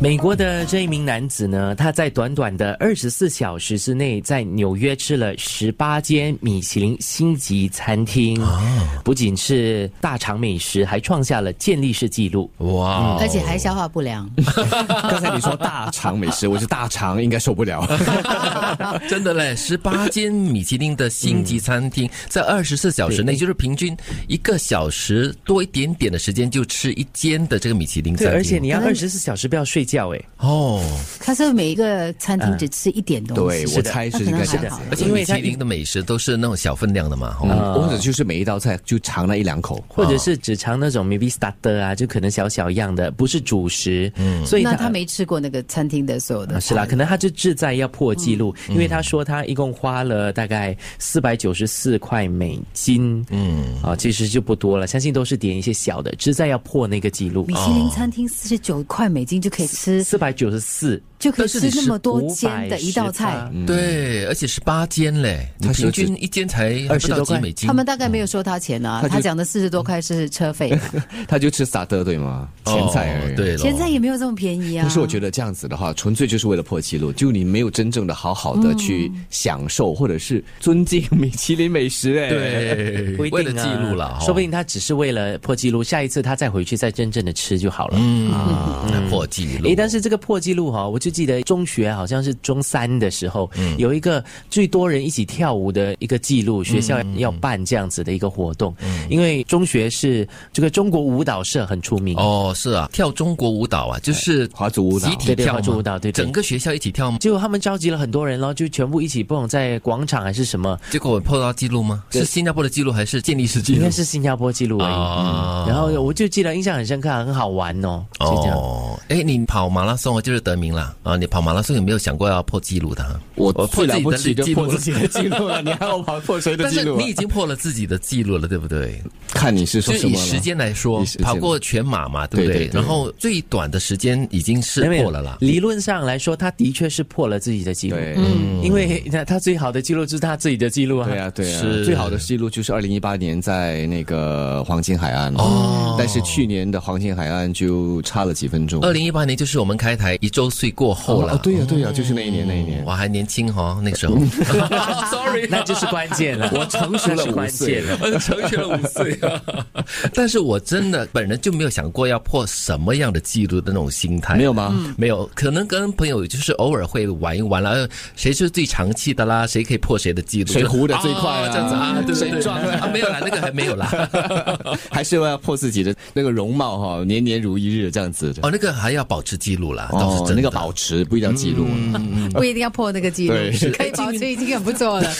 美国的这一名男子呢，他在短短的二十四小时之内，在纽约吃了十八间米其林星级餐厅，不仅是大肠美食，还创下了健力士纪录。哦哇、哎而且还消化不良。 刚才你说大肠美食，我是大肠，应该受不了。真的嘞！十八间米其林的星级餐嗯厅，在二十四小时内，就是平均一个小时多一点点的时间就吃一间的这个米其林餐对，厅。而且你要可能二十四小时不要睡觉，哎，哦，他是每一个餐厅只吃一点东对西，，我猜是应该那可这能还样好子。而且因米为其它林的美食都是那种小分量的嘛。哦嗯，或者就是每一道菜就尝那一两口，或者是只尝那种 maybe starter 啊，就可能小小样的，不是主食。嗯，所以那他没吃过那个餐厅的所有的啊，菜，是啦，可能他就志在要破纪录，嗯因为他说他一共花了大概四百九十四块美金，嗯，啊，其实就不多了，相信都是点一些小的，志在要破那个纪录哦啊米，其林餐厅四十九块美金就可以哦吃，四百九十四，就可以但是你吃那么多510间的一道菜。嗯对，而且十八间嘞，你它是平均一间才还不20到多几块美金他。们大概没有收他钱啊，他就他讲的四十多块是车费， 啊他就吃沙特对吗？前菜而已。哦、。对了，前菜也没有这么便宜啊。但是我觉得这样子的话，纯粹就是为了破纪录，就你没有真正的好好嗯的去享受或者是尊敬米其林美食，哎，，对， 不一定啊为了记录了，哦说不定定他只是为了破纪录，下一次他再回去再真正的吃就好了。嗯破纪啊录。诶，但是这个破纪录哈，我就记得中学好像是中三的时候，嗯有一个最多人一起跳舞的一个记录，学校要办这样子的一个活动，嗯因为中学是这个中国舞蹈社很出名。哦，是啊，跳中国舞蹈啊，就是华族舞蹈集体对对跳华哎族嘛舞蹈对对整个学校一起跳吗？结果他们召集了很多人咯，就全部一起，不懂在广场还是什么，结果我破到记录吗？是新加坡的记录还是健力士记应录该？是新加坡纪录而已。哦嗯然后我就记得印象很深刻，很好玩哦，就这样。哦，哎，你跑马拉松啊就是得名了啊！你跑马拉松有没有想过要破纪录的啊？我破最了不自己起的就记录破了 自己的记录了，你还要跑破谁的但记是录啊你？已经破了自己的记录了，对不对？看你是就说什以么时了？间来说以时，间跑过全马嘛，对不对对对？对然后最短的时间已经是哎没有破了啦。理论上来说，他的确是破了自己的记录，嗯对，嗯因为 他他最好的记录就是他自己的记录啊。对啊，对啊，是最好的记录就是二零一八年在那个黄金海岸哦，但是去年的黄金海岸就差了几分钟。二零一八年就是我们开台一周岁过后哦了，，对呀、对呀、就是那一年，那一年我。还年轻哈，那个 时候 ，sorry，那就是关键 了。我成熟了关键了。我成全了五岁啊！ 但是我真的本人就没有想过要破什么样的记录的那种心态， 没有吗？ 没有，可能跟朋友就是偶尔会玩一玩啦，呃谁是最长气的啦，谁可以破谁的记录，谁糊的最快啊啊这样子啊，对对对，谁撞啊，没有啦，那个还没 有啦，还是要破自己的那个容貌哈、年年如一日这样子的。哦，那个还要保持记录啦，倒是真的，哦那个保持不一定要记录，不一定要破那个记录嗯对是，可以保持已经很不错了。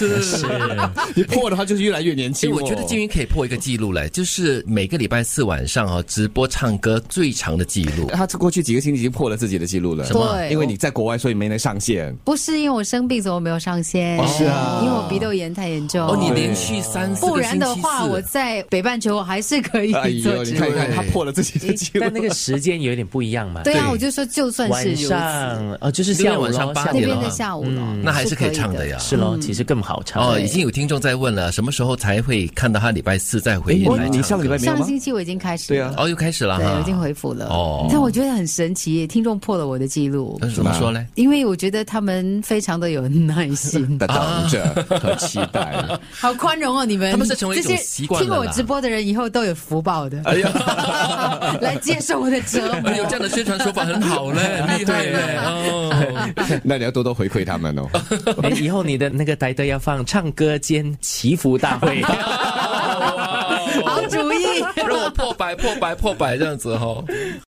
你破的话就是越来越年其轻、实哦。我觉得金云可以破一个记录嘞，就是每个礼拜四晚上啊、直播唱歌最长的记录。他过去几个星期已经破了自己的记录了，么对因为你在国外，所以没能上线。不是因为我生病，所以我没有上线。哦是啊因为我鼻窦炎太严重。哦，你连续三四个不然的星期话，四我在北半球我还是可以哎做呦，直你播。看一看，他破了自己的记录但。那个时间有点不一样嘛。对啊，对我就说就算是晚如此，上哦，就是下午晚上咯八下午那点边了的嗯下午了，那还是可以唱的的呀。是咯，其实更好唱。哦，对已经有听众在问了，什么时候才会看到他礼拜四再回哎音来唱歌？你上个礼拜没有上吗？星期我已经开始，对啊哦，又开始了对，我已经哈。恢复了。哦嗯但我觉得很神奇，听众破了我的记录，那怎么说嘞？因为我觉得他们非常的有耐 心，的啊等着和期待。啊好宽容哦，你们。他们是成为一种这些习惯了听啦我直播的人以后都有福报的， 哎呀，来接受我的折磨哎。呦，这样的宣传手法很好嘞，厉害嘞！哦，那你要多多回馈他们哦。哎，以后你的那个台灯要放唱歌兼祈福大会。 好主意。让我破百破百破百这样子哦。